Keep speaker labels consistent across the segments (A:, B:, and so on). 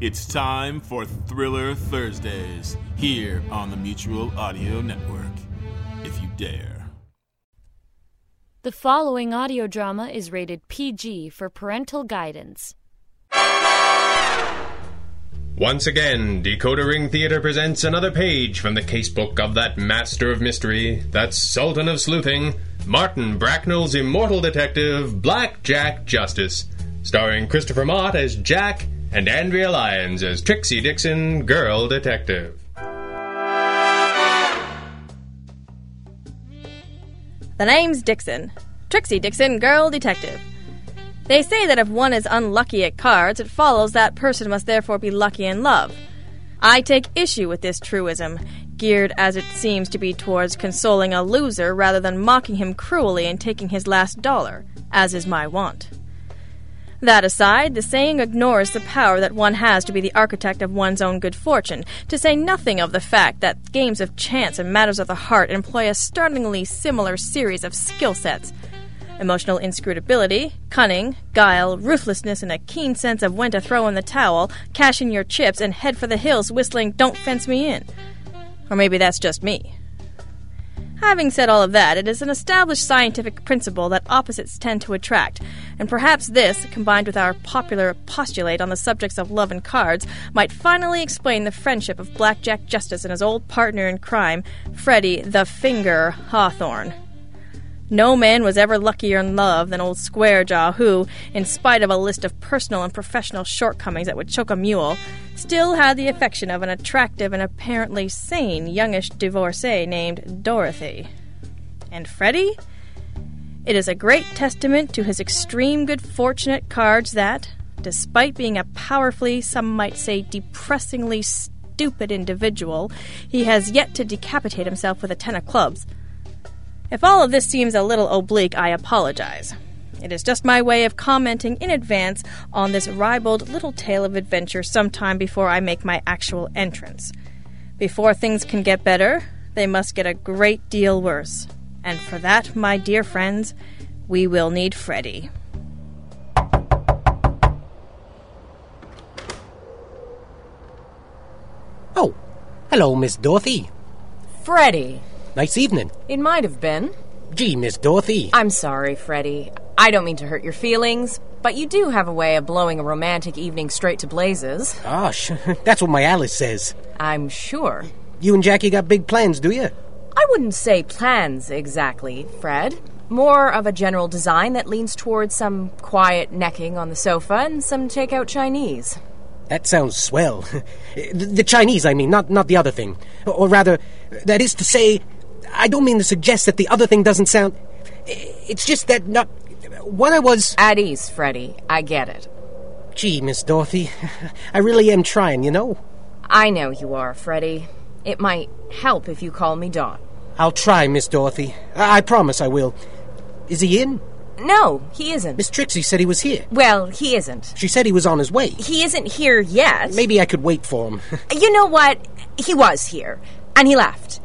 A: It's time for Thriller Thursdays here on the Mutual Audio Network. If you dare.
B: The following audio drama is rated PG for parental guidance.
C: Once again, Decoder Ring Theater presents another page from the casebook of that master of mystery, that sultan of sleuthing, Martin Bracknell's immortal detective, Black Jack Justice, starring Christopher Mott as Jack and Andrea Lyons as Trixie Dixon, girl detective.
D: The name's Dixon. Trixie Dixon, girl detective. They say that if one is unlucky at cards, it follows that person must therefore be lucky in love. I take issue with this truism, geared as it seems to be towards consoling a loser rather than mocking him cruelly and taking his last dollar, as is my wont. That aside, the saying ignores the power that one has to be the architect of one's own good fortune, to say nothing of the fact that games of chance and matters of the heart employ a startlingly similar series of skill sets emotional inscrutability, cunning, guile, ruthlessness, and a keen sense of when to throw in the towel, cash in your chips, and head for the hills whistling, Don't Fence Me In. Or maybe that's just me. Having said all of that, it is an established scientific principle that opposites tend to attract, and perhaps this, combined with our popular postulate on the subjects of love and cards, might finally explain the friendship of Blackjack Justice and his old partner in crime, Freddie the Finger Hawthorne. No man was ever luckier in love than old Squarejaw, who, in spite of a list of personal and professional shortcomings that would choke a mule, still had the affection of an attractive and apparently sane youngish divorcee named Dorothy. And Freddie? It is a great testament to his extreme good fortune at cards that, despite being a powerfully, some might say depressingly stupid individual, he has yet to decapitate himself with a ten of clubs. If all of this seems a little oblique, I apologize. It is just my way of commenting in advance on this ribald little tale of adventure sometime before I make my actual entrance. Before things can get better, they must get a great deal worse. And for that, my dear friends, we will need Freddy.
E: Oh, hello, Miss Dorothy.
F: Freddie.
E: Nice evening.
F: It might have been.
E: Gee, Miss Dorothy.
F: I'm sorry, Freddie. I don't mean to hurt your feelings, but you do have a way of blowing a romantic evening straight to blazes.
E: Gosh, that's what my Alice says.
F: I'm sure.
E: You and Jackie got big plans, do you?
F: I wouldn't say plans exactly, Fred. More of a general design that leans towards some quiet necking on the sofa and some takeout Chinese.
E: That sounds swell. the the Chinese, I mean, not, not the other thing. Or rather, that is to say, I don't mean to suggest that the other thing doesn't sound. It's just that not. What I was.
F: At ease, Freddie. I get it.
E: Gee, Miss Dorothy, I really am trying, you know?
F: I know you are, Freddie. It might help if you call me Dot.
E: I'll try, Miss Dorothy. I, I promise I will. Is he in?
F: No, he isn't.
E: Miss Trixie said he was here.
F: Well, he isn't.
E: She said he was on his way.
F: He isn't here yet.
E: Maybe I could wait for him.
F: You know what? He was here, and he left.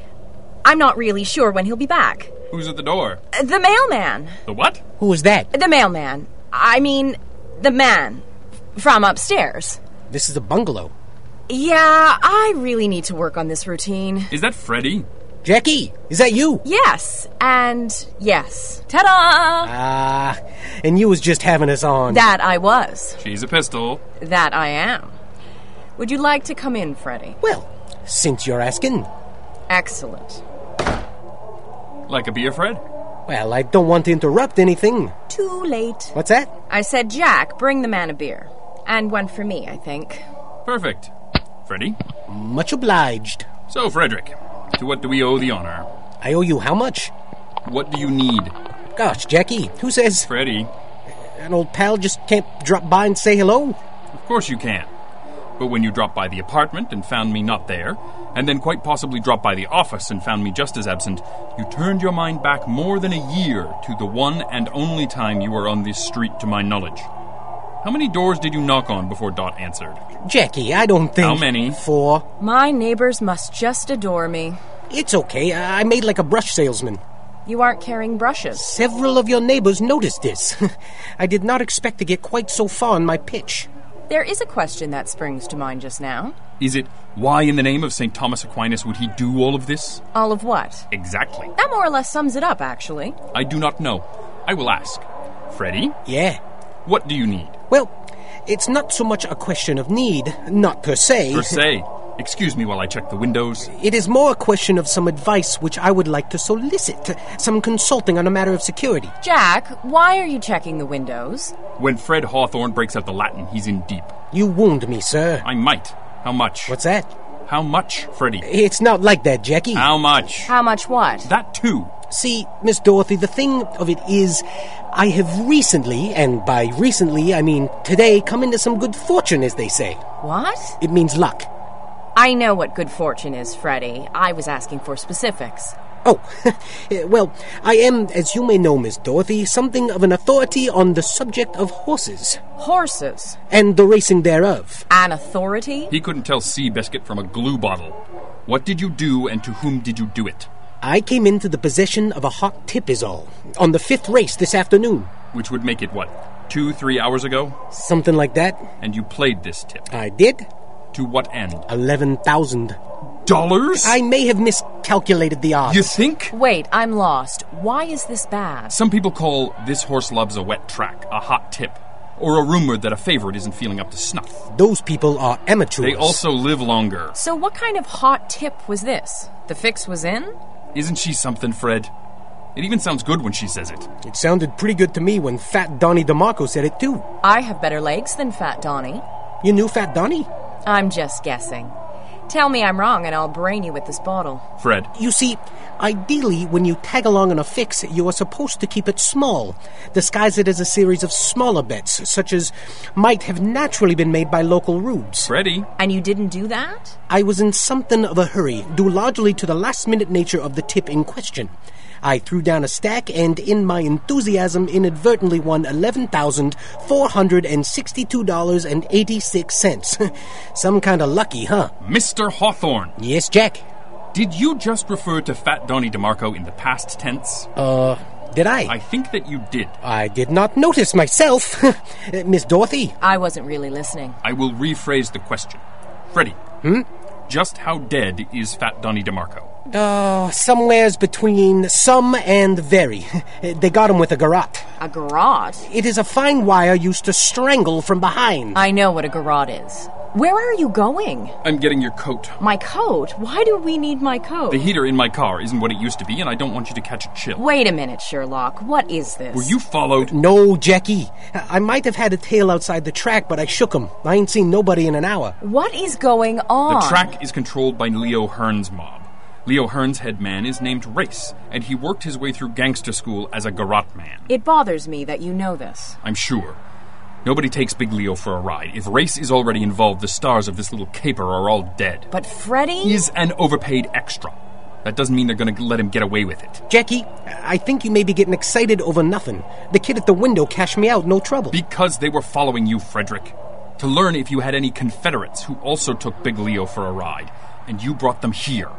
F: I'm not really sure when he'll be back.
G: Who's at the door?
F: Uh, The mailman.
G: The what?
E: Who was that?
F: The mailman. I mean, the man from upstairs.
E: This is a bungalow.
F: Yeah, I really need to work on this routine.
G: Is that Freddy?
E: Jackie, is that you?
F: Yes, and yes. Ta da!
E: Ah, and you was just having us on.
F: That I was.
G: She's a pistol.
F: That I am. Would you like to come in, Freddy?
E: well, since you're asking,
F: Excellent.
G: Like a beer, Fred?
E: well, I don't want to interrupt anything.
F: Too late.
E: What's that?
F: I said, Jack, bring the man a beer. And one for me, I think.
G: Perfect. Freddy?
E: Much obliged.
G: So, Frederick, to what do we owe the honor?
E: I owe you how much?
G: What do you need?
E: Gosh, Jackie, who says
G: Freddy,
E: an old pal just can't drop by and say hello?
G: of course you can. But when you dropped by the apartment and found me not there, and then quite possibly dropped by the office and found me just as absent, you turned your mind back more than a year to the one and only time you were on this street to my knowledge. How many doors did you knock on before Dot answered?
E: Jackie, I don't think.
G: How many?
E: Four.
F: My neighbors must just adore me.
E: It's okay. I I made like a brush salesman.
F: You aren't carrying brushes.
E: Several of your neighbors noticed this. I did not expect to get quite so far in my pitch.
F: There is a question that springs to mind just now.
G: Is it why in the name of St. Thomas Aquinas would he do all of this?
F: All of what?
G: Exactly.
F: That more or less sums it up, actually.
G: I do not know. I will ask. Freddy,
E: Yeah.
G: what do you need?
E: Well, it's not so much a question of need, not per se.
G: Per se. Excuse me while I check the windows.
E: It is more a question of some advice which I would like to solicit, some consulting on a matter of security.
F: Jack, why are you checking the windows?
G: When Fred Hawthorne breaks out the Latin, he's in deep.
E: You wound me, sir.
G: I might. How much?
E: What's that?
G: How much, Freddy?
E: It's not like that, Jackie.
G: How much?
F: How much what?
G: That too.
E: See, Miss Dorothy, the thing of it is, I have recently, and by recently I mean today, come into some good fortune, as they say.
F: What?
E: It means luck.
F: I know what good fortune is, Freddy. I was asking for specifics.
E: Oh, eh, well, I am, as you may know, Miss Dorothy, something of an authority on the subject of horses
F: Horses.
E: and the racing thereof.
F: An authority?
G: He couldn't tell Sea Biscuit from a glue bottle. What did you do and to whom did you do it?
E: I came into the possession of a hot tip, is all, on the fifth race this afternoon.
G: Which would make it what? Two, three hours ago?
E: Something like that.
G: And you played this tip.
E: I did.
G: To what end?
E: 11,000.
G: Dollars?
E: I may have miscalculated the odds.
G: You think?
F: Wait, I'm lost. Why is this bad?
G: Some people call this horse loves a wet track, a hot tip, or a rumor that a favorite isn't feeling up to snuff.
E: Those people are amateurs.
G: They also live longer.
F: So, what kind of hot tip was this? The fix was in?
G: Isn't she something, Fred? It even sounds good when she says it.
E: It sounded pretty good to me when Fat Donnie DeMarco said it, too.
F: I have better legs than Fat Donnie.
E: You knew Fat Donnie?
F: I'm just guessing. Tell me I'm wrong and I'll brain you with this bottle.
G: Fred,
E: You see, ideally, when you tag along on a fix, you are supposed to keep it small, disguise it as a series of smaller bets, such as might have naturally been made by local rubes.
G: Freddy,
F: And you didn't do that?
E: I was in something of a hurry, due largely to the last minute nature of the tip in question. I threw down a stack and, in my enthusiasm, inadvertently won $11,462.86. Some kind of lucky, huh?
G: Mr. Hawthorne,
E: Yes, Jack.
G: did you just refer to Fat Donnie DeMarco in the past tense?
E: Uh, Did I?
G: I think that you did.
E: I did not notice myself. Miss Dorothy,
F: I wasn't really listening.
G: I will rephrase the question. Freddy, just how dead is Fat Donnie DeMarco?
E: uh, somewheres between some and very. they got him with a garrote.
F: A garrote?
E: It is a fine wire used to strangle from behind.
F: I know what a garrote is. Where are you going?
G: I'm getting your coat.
F: My coat? Why do we need my coat?
G: The heater in my car isn't what it used to be, and I don't want you to catch a chill.
F: Wait a minute, Sherlock. What is this?
G: Were you followed?
E: no, Jackie. I might have had a tail outside the track, but I shook him. I ain't seen nobody in an hour.
F: What is going on?
G: The track is controlled by Leo Hearn's mob. Leo Hearn's head man is named Race, and he worked his way through gangster school as a garrote man.
F: It bothers me that you know this.
G: I'm sure. Nobody takes Big Leo for a ride. If Race is already involved, the stars of this little caper are all dead.
F: But Freddy?
G: He's an overpaid extra. That doesn't mean they're going to let him get away with it.
E: Jackie, I think you may be getting excited over nothing. The kid at the window cashed me out, no trouble.
G: Because they were following you, Frederick. To learn if you had any Confederates who also took Big Leo for a ride, and you brought them here.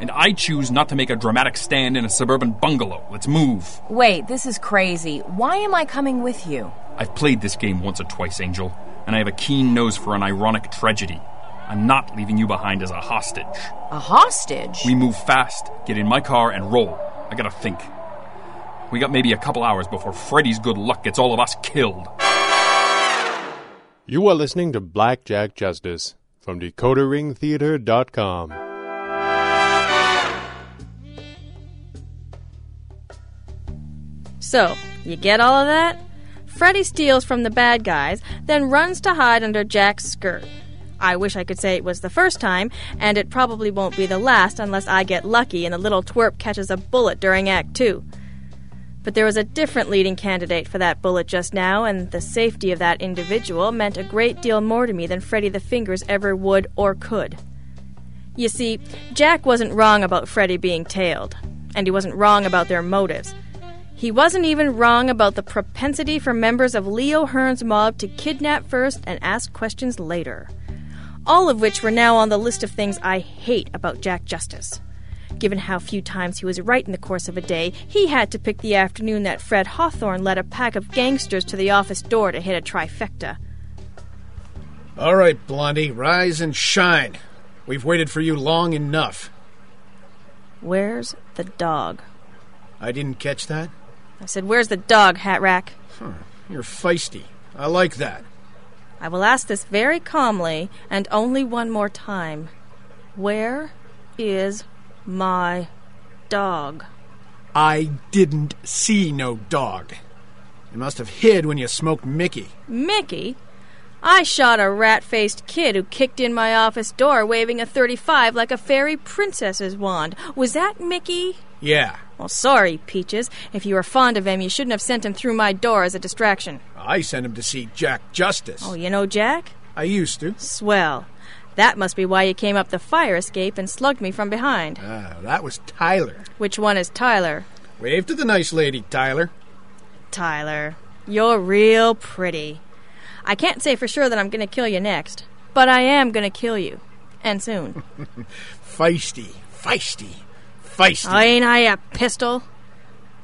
G: And I choose not to make a dramatic stand in a suburban bungalow. Let's move.
F: Wait, this is crazy. Why am I coming with you?
G: I've played this game once or twice, Angel, and I have a keen nose for an ironic tragedy. I'm not leaving you behind as a hostage.
F: A hostage?
G: We move fast, get in my car, and roll. I gotta think. We got maybe a couple hours before Freddy's good luck gets all of us killed.
H: You are listening to Blackjack Justice from DecoderingTheater.com.
D: So, you get all of that? Freddy steals from the bad guys, then runs to hide under Jack's skirt. I wish I could say it was the first time, and it probably won't be the last unless I get lucky and the little twerp catches a bullet during Act Two. But there was a different leading candidate for that bullet just now, and the safety of that individual meant a great deal more to me than Freddy the Fingers ever would or could. You see, Jack wasn't wrong about Freddy being tailed, and he wasn't wrong about their motives. He wasn't even wrong about the propensity for members of Leo Hearn's mob to kidnap first and ask questions later. All of which were now on the list of things I hate about Jack Justice. Given how few times he was right in the course of a day, he had to pick the afternoon that Fred Hawthorne led a pack of gangsters to the office door to hit a trifecta.
I: All right, Blondie, rise and shine. We've waited for you long enough.
D: Where's the dog?
I: I didn't catch that?
D: I said, Where's the dog, Hat Rack?
I: You're feisty. I like that.
D: I will ask this very calmly and only one more time. Where is my dog?
I: I didn't see no dog. You must have hid when you smoked Mickey.
D: Mickey? I shot a rat faced kid who kicked in my office door waving a 35 like a fairy princess's wand. Was that Mickey?
I: Yeah,
D: Well, sorry, Peaches. If you were fond of him, you shouldn't have sent him through my door as a distraction.
I: I sent him to see Jack Justice.
D: Oh, you know Jack?
I: I used to.
D: Swell. That must be why you came up the fire escape and slugged me from behind.
I: Ah, that was Tyler.
D: Which one is Tyler?
I: Wave to the nice lady, Tyler.
D: Tyler, you're real pretty. I can't say for sure that I'm going to kill you next, but I am going to kill you. And soon.
I: Feisty, feisty, feisty.
D: Oh, ain't I a pistol?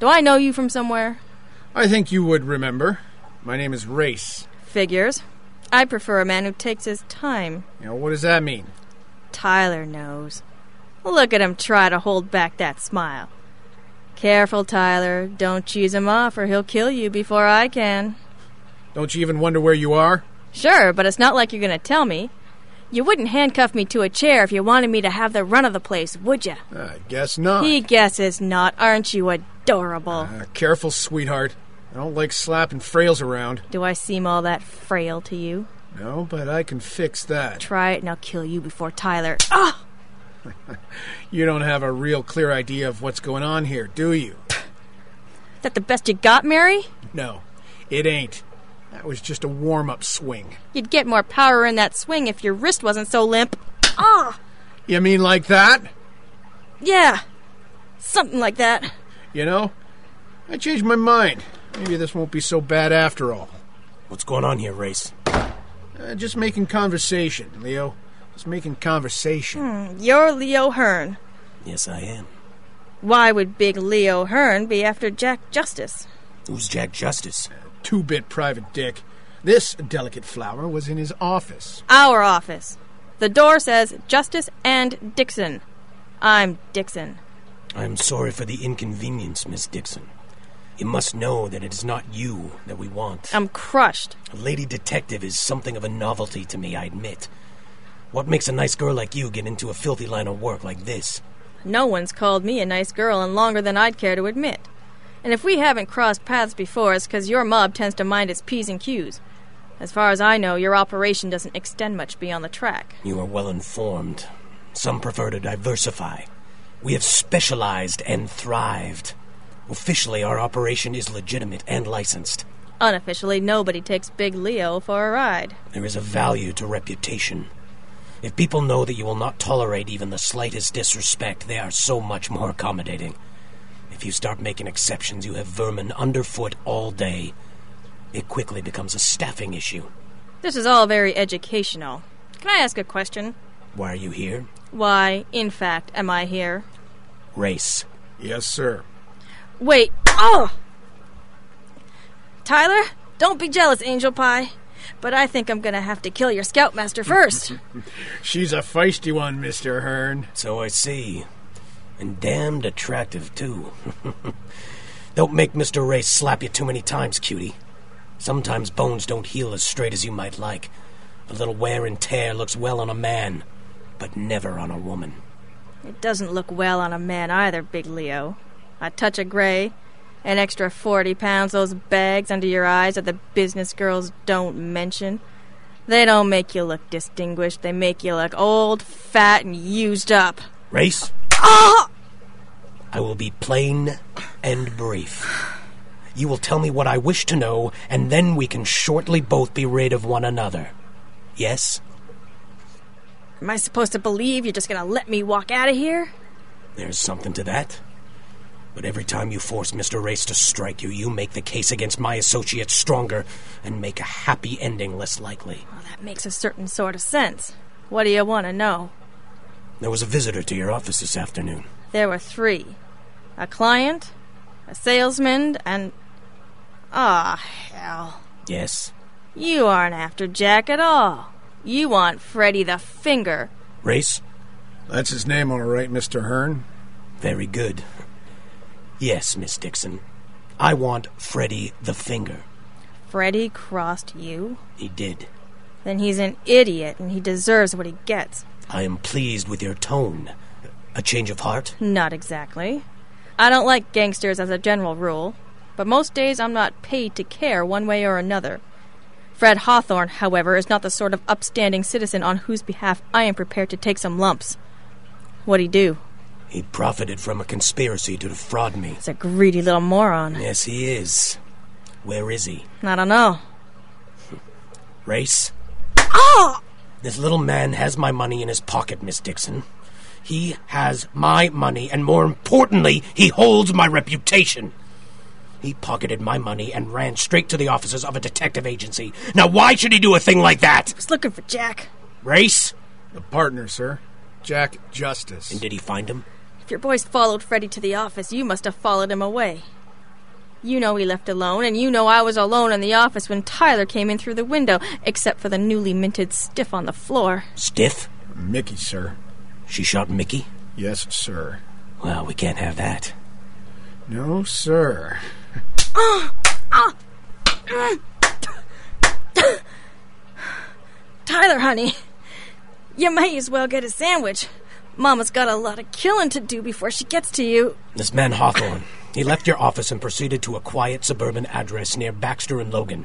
D: Do I know you from somewhere?
I: I think you would remember. My name is Race.
D: Figures. I prefer a man who takes his time.
I: You know, what does that mean?
D: Tyler knows. Look at him try to hold back that smile. Careful, Tyler. Don't cheese him off, or he'll kill you before I can.
I: Don't you even wonder where you are?
D: Sure, but it's not like you're going to tell me. You wouldn't handcuff me to a chair if you wanted me to have the run of the place, would you?
I: I guess not.
D: He guesses not. Aren't you adorable?
I: Ah, careful, sweetheart. I don't like slapping frails around.
D: Do I seem all that frail to you?
I: No, but I can fix that.
D: Try it and I'll kill you before Tyler. Ah!
I: You don't have a real clear idea of what's going on here, do you?
D: That the best you got, Mary?
I: No, it ain't. That was just a warm up swing.
D: You'd get more power in that swing if your wrist wasn't so limp. Ah!
I: You mean like that?
D: Yeah. Something like that.
I: You know? I changed my mind. Maybe this won't be so bad after all.
J: What's going on here, Race?
I: Uh, just making conversation, Leo. Just making conversation.
D: Hmm. Mm, You're Leo Hearn.
J: Yes, I am.
D: Why would big Leo Hearn be after Jack Justice?
J: Who's Jack Justice?
I: Two bit private dick. This delicate flower was in his office.
D: Our office. The door says Justice and Dixon. I'm Dixon.
J: I'm sorry for the inconvenience, Miss Dixon. You must know that it is not you that we want.
D: I'm crushed.
J: A lady detective is something of a novelty to me, I admit. What makes a nice girl like you get into a filthy line of work like this?
D: No one's called me a nice girl in longer than I'd care to admit. And if we haven't crossed paths before, it's 'cause your mob tends to mind its P's and Q's. As far as I know, your operation doesn't extend much beyond the track.
J: You are well informed. Some prefer to diversify. We have specialized and thrived. Officially, our operation is legitimate and licensed.
D: Unofficially, nobody takes Big Leo for a ride.
J: There is a value to reputation. If people know that you will not tolerate even the slightest disrespect, they are so much more accommodating. If you start making exceptions, you have vermin underfoot all day. It quickly becomes a staffing issue.
D: This is all very educational. Can I ask a question?
J: Why are you here?
D: Why, in fact, am I here?
J: Race.
I: Yes, sir.
D: Wait. Oh! Tyler, don't be jealous, Angel Pie. But I think I'm gonna have to kill your scoutmaster first.
I: She's a feisty one, Mr. Hearn.
J: So I see. And damned attractive, too. don't make Mr. Race slap you too many times, cutie. Sometimes bones don't heal as straight as you might like. A little wear and tear looks well on a man, but never on a woman.
D: it doesn't look well on a man either, Big Leo. A touch of gray, an extra 40 pounds, those bags under your eyes that the business girls don't mention. They don't make you look distinguished, they make you look old, fat, and used up.
J: Race? I will be plain and brief. You will tell me what I wish to know, and then we can shortly both be rid of one another. Yes?
D: Am I supposed to believe you're just gonna let me walk out of here?
J: There's something to that. But every time you force Mr. Race to strike you, you make the case against my associates stronger and make a happy ending less likely.
D: Well, that makes a certain sort of sense. What do you want to know?
J: There was a visitor to your office this afternoon.
D: There were three a client, a salesman, and. Ah, hell.
J: Yes?
D: You aren't after Jack at all. You want Freddy the Finger.
J: Race?
I: That's his name, all right, Mr. Hearn.
J: Very good. Yes, Miss Dixon. I want Freddy the Finger.
D: Freddy crossed you?
J: He did.
D: Then he's an idiot and he deserves what he gets.
J: I am pleased with your tone. A change of heart?
D: Not exactly. I don't like gangsters as a general rule, but most days I'm not paid to care one way or another. Fred Hawthorne, however, is not the sort of upstanding citizen on whose behalf I am prepared to take some lumps. What'd he do?
J: He profited from a conspiracy to defraud me.
D: He's a greedy little moron.
J: Yes, he is. Where is he?
D: I don't know.
J: Race? This little man has my money in his pocket, Miss Dixon. He has my money, and more importantly, he holds my reputation. He pocketed my money and ran straight to the offices of a detective agency. Now, why should he do a thing like that?
D: He's looking for Jack.
J: Race?
I: The partner, sir. Jack Justice.
J: And did he find him?
D: If your boys followed Freddy to the office, you must have followed him away. You know he left alone, and you know I was alone in the office when Tyler came in through the window, except for the newly minted stiff on the floor.
J: Stiff?
I: Mickey, sir.
J: She shot Mickey?
I: Yes, sir.
J: Well, we can't have that.
I: No, sir.
D: Tyler, honey, you may as well get a sandwich. Mama's got a lot of killing to do before she gets to you.
J: This man Hawthorne, he left your office and proceeded to a quiet suburban address near Baxter and Logan.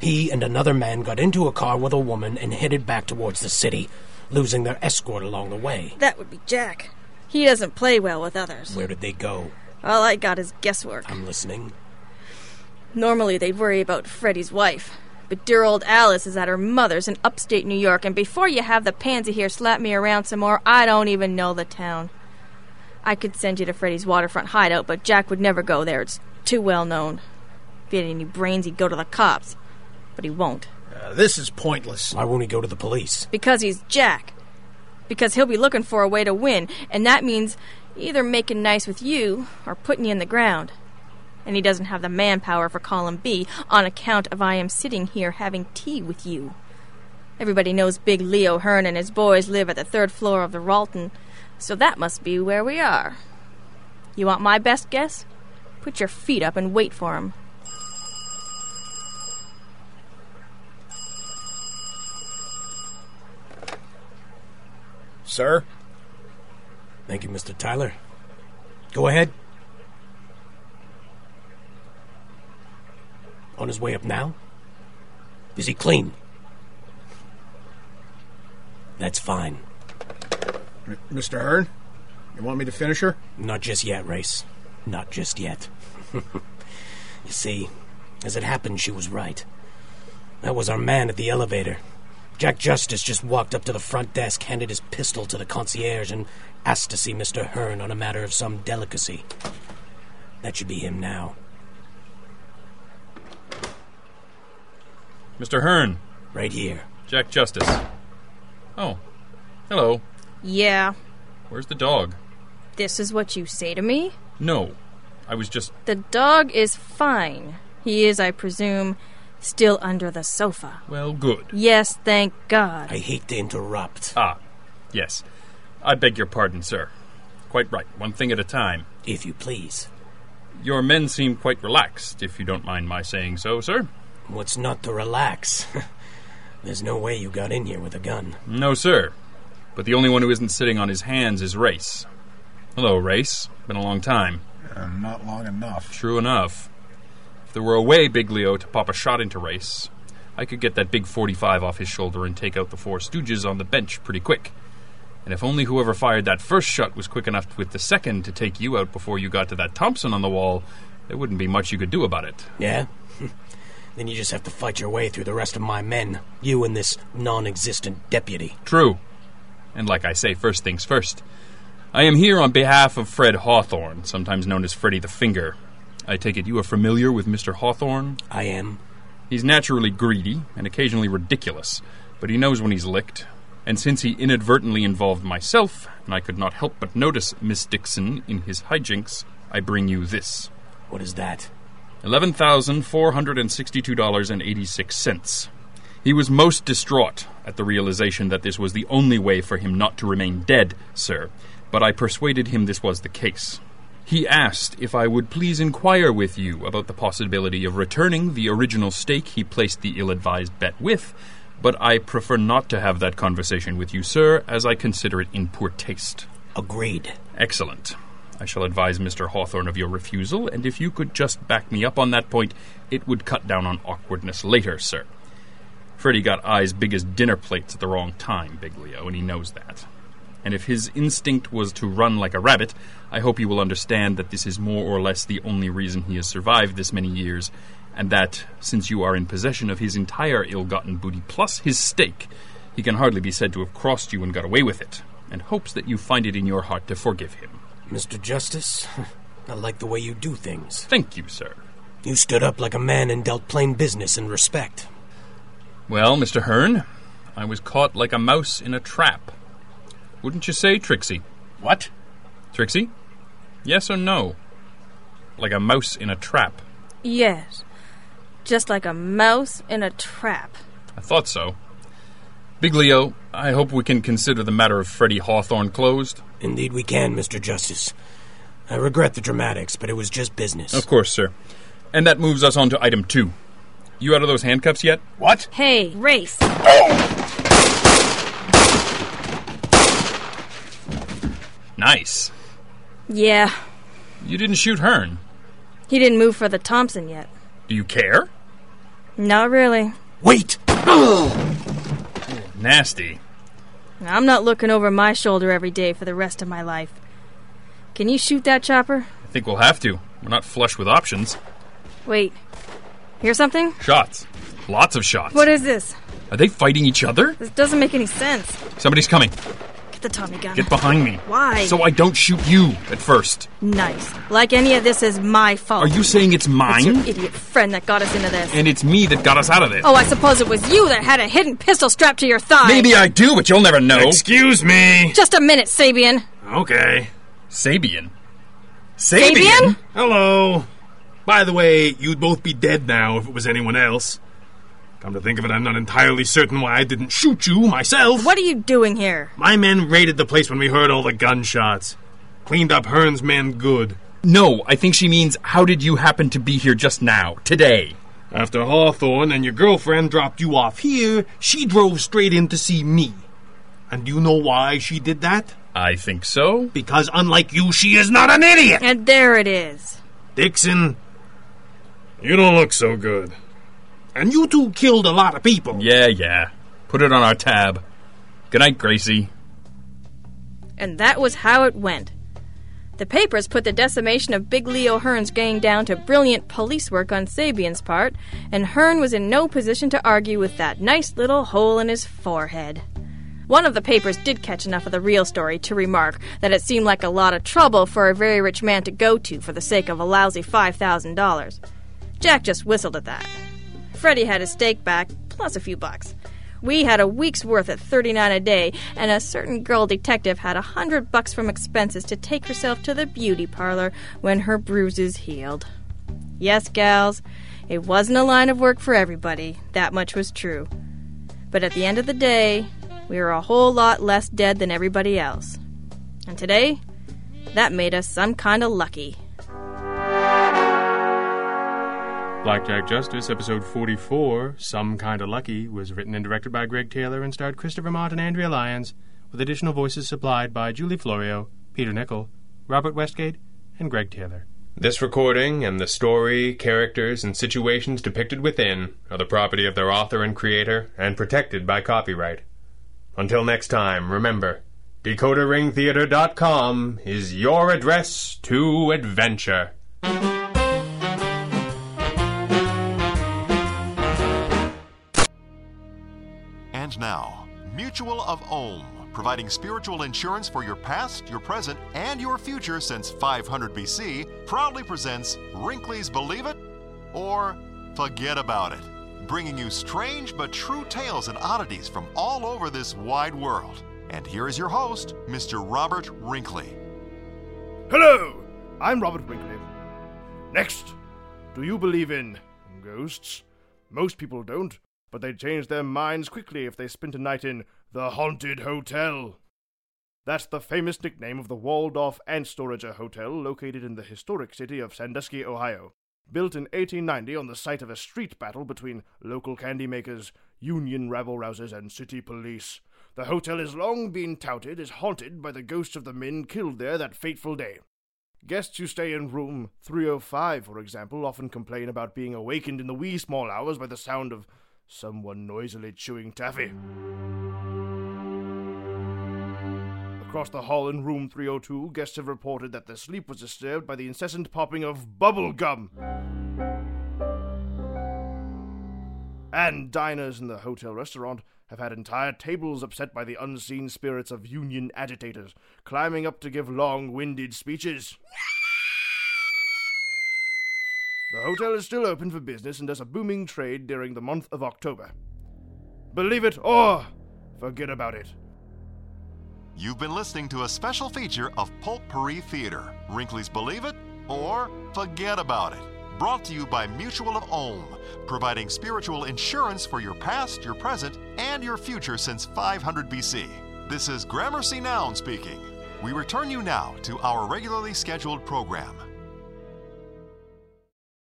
J: He and another man got into a car with a woman and headed back towards the city, losing their escort along the way.
D: That would be Jack. He doesn't play well with others.
J: Where did they go?
D: All I got is guesswork.
J: I'm listening.
D: Normally they'd worry about Freddy's wife, but dear old Alice is at her mother's in upstate New York, and before you have the pansy here slap me around some more, I don't even know the town. I could send you to Freddy's waterfront hideout, but Jack would never go there. It's too well known. If he had any brains, he'd go to the cops. But he won't.
I: Uh, this is pointless.
J: Why won't he go to the police?
D: Because he's Jack. Because he'll be looking for a way to win, and that means either making nice with you or putting you in the ground. And he doesn't have the manpower for column B on account of I am sitting here having tea with you. Everybody knows Big Leo Hearn and his boys live at the third floor of the Ralton, so that must be where we are. You want my best guess? Put your feet up and wait for him.
I: Sir?
J: Thank you, Mr. Tyler. Go ahead. On his way up now? Is he clean? That's fine.
I: M- Mr. Hearn? You want me to finish her?
J: Not just yet, Race. Not just yet. you see, as it happened, she was right. That was our man at the elevator. Jack Justice just walked up to the front desk, handed his pistol to the concierge, and asked to see Mr. Hearn on a matter of some delicacy. That should be him now.
G: Mr. Hearn,
J: Right here.
G: Jack Justice. Oh, hello.
D: Yeah,
G: Where's the dog?
D: this is what you say to me?
G: No, I was just.
D: The dog is fine. He is, I presume, still under the sofa.
G: Well, good.
D: Yes, thank God.
J: I hate to interrupt.
G: Ah, yes. I beg your pardon, sir. Quite right. One thing at a time.
J: If you please.
G: Your men seem quite relaxed, if you don't mind my saying so, sir.
J: What's not to relax? There's no way you got in here with a gun.
G: No, sir. But the only one who isn't sitting on his hands is Race. Hello, Race. Been a long time.
I: Uh, not long enough.
G: True enough. If there were a way, Big Leo, to pop a shot into Race, I could get that big 45 off his shoulder and take out the four stooges on the bench pretty quick. And if only whoever fired that first shot was quick enough with the second to take you out before you got to that Thompson on the wall, there wouldn't be much you could do about it.
J: Yeah? then you just have to fight your way through the rest of my men. You and this non existent deputy.
G: True. And like I say, first things first. I am here on behalf of Fred Hawthorne, sometimes known as Freddy the Finger. I take it you are familiar with Mr. Hawthorne?
J: I am.
G: He's naturally greedy and occasionally ridiculous, but he knows when he's licked. And since he inadvertently involved myself, and I could not help but notice Miss Dixon in his hijinks, I bring you this
J: What is that?
G: $11,462.86. He was most distraught at the realization that this was the only way for him not to remain dead, sir, but I persuaded him this was the case. He asked if I would please inquire with you about the possibility of returning the original stake he placed the ill advised bet with, but I prefer not to have that conversation with you, sir, as I consider it in poor taste.
J: Agreed.
G: Excellent. I shall advise Mr. Hawthorne of your refusal, and if you could just back me up on that point, it would cut down on awkwardness later, sir. Freddie got eyes big as dinner plates at the wrong time, Big Leo, and he knows that. And if his instinct was to run like a rabbit, I hope you will understand that this is more or less the only reason he has survived this many years, and that, since you are in possession of his entire ill gotten booty plus his stake, he can hardly be said to have crossed you and got away with it, and hopes that you find it in your heart to forgive him.
J: Mr. Justice, I like the way you do things.
G: Thank you, sir.
J: You stood up like a man and dealt plain business in respect.
G: Well, Mr. Hearn, I was caught like a mouse in a trap. Wouldn't you say, Trixie?
J: What?
G: Trixie? Yes or no? Like a mouse in a trap.
D: Yes. Just like a mouse in a trap.
G: I thought so. Big Leo, I hope we can consider the matter of Freddie Hawthorne closed.
J: Indeed, we can, Mr. Justice. I regret the dramatics, but it was just business.
G: Of course, sir. And that moves us on to item two. You out of those handcuffs yet?
J: What?
B: Hey, race.
G: Nice.
D: Yeah.
G: You didn't shoot Hearn.
D: He didn't move for the Thompson yet.
G: Do you care?
D: Not really.
J: Wait!
G: Nasty.
D: I'm not looking over my shoulder every day for the rest of my life. Can you shoot that chopper?
G: I think we'll have to. We're not flush with options.
D: Wait. Hear something?
G: Shots. Lots of shots.
D: What is this?
G: Are they fighting each other?
D: This doesn't make any sense.
G: Somebody's coming.
D: Get the Tommy gun.
G: Get behind me.
D: Why?
G: So I don't shoot you at first.
D: nice. Like any of this is my fault.
G: Are you saying it's
D: Oh. It's your
G: mine?
D: idiot friend that got us into this.
G: and it's me that got us out of this.
D: oh, I suppose it was you that had a hidden pistol strapped to your thigh.
G: Maybe I do, but you'll never know.
J: Excuse me!
D: Just a minute, Sabian.
J: Okay.
G: Sabian.
D: Sabian?
J: Hello. By the way, you'd both be dead now if it was anyone else. Come to think of it, I'm not entirely certain why I didn't shoot you myself.
D: What are you doing here?
J: My men raided the place when we heard all the gunshots. Cleaned up Hearn's men good.
G: No, I think she means how did you happen to be here just now, today?
J: After Hawthorne and your girlfriend dropped you off here, she drove straight in to see me. And do you know why she did that?
G: I think so.
J: Because unlike you, she is not an idiot!
D: And there it is.
J: Dixon, you don't look so good. And you two killed a lot of people.
G: Yeah, yeah. Put it on our tab. Good night, Gracie.
D: And that was how it went. The papers put the decimation of Big Leo Hearn's gang down to brilliant police work on Sabian's part, and Hearn was in no position to argue with that nice little hole in his forehead. One of the papers did catch enough of the real story to remark that it seemed like a lot of trouble for a very rich man to go to for the sake of a lousy $5,000. Jack just whistled at that. Freddie had his stake back, plus a few bucks. We had a week's worth at 39 a day, and a certain girl detective had a hundred bucks from expenses to take herself to the beauty parlor when her bruises healed. Yes, gals, it wasn't a line of work for everybody, that much was true. But at the end of the day, we were a whole lot less dead than everybody else. And today, that made us some kind of lucky.
H: Blackjack Justice, episode 44, Some Kinda Lucky, was written and directed by Greg Taylor and starred Christopher Mott and Andrea Lyons, with additional voices supplied by Julie Florio, Peter Nichol, Robert Westgate, and Greg Taylor.
C: This recording and the story, characters, and situations depicted within are the property of their author and creator and protected by copyright. Until next time, remember DecoderRingTheater.com is your address to adventure.
K: And now, Mutual of Ohm, providing spiritual insurance for your past, your present, and your future since 500 BC, proudly presents Wrinkly's Believe It or Forget About It, bringing you strange but true tales and oddities from all over this wide world. And here is your host, Mr. Robert Wrinkly.
L: Hello, I'm Robert Winkley. Next, do you believe in ghosts? Most people don't, but they changed their minds quickly if they spent a night in the Haunted Hotel. That's the famous nickname of the Waldorf Anstoriger Hotel located in the historic city of Sandusky, Ohio. Built in 1890 on the site of a street battle between local candy makers, union rabble rousers, and city police, the hotel has long been touted as haunted by the ghosts of the men killed there that fateful day. Guests who stay in room 305, for example, often complain about being awakened in the wee small hours by the sound of someone noisily chewing taffy. Across the hall in room 302, guests have reported that their sleep was disturbed by the incessant popping of bubble gum. And diners in the hotel restaurant have had entire tables upset by the unseen spirits of union agitators climbing up to give long winded speeches. The hotel is still open for business and does a booming trade during the month of October. Believe it or forget about it.
K: You've been listening to a special feature of Pulpary Theater, Wrinkly's Believe It or Forget About It. Brought to you by Mutual of Ohm, providing spiritual insurance for your past, your present, and your future since 500 BC. This is Gramercy Noun speaking. We return you now to our regularly scheduled program.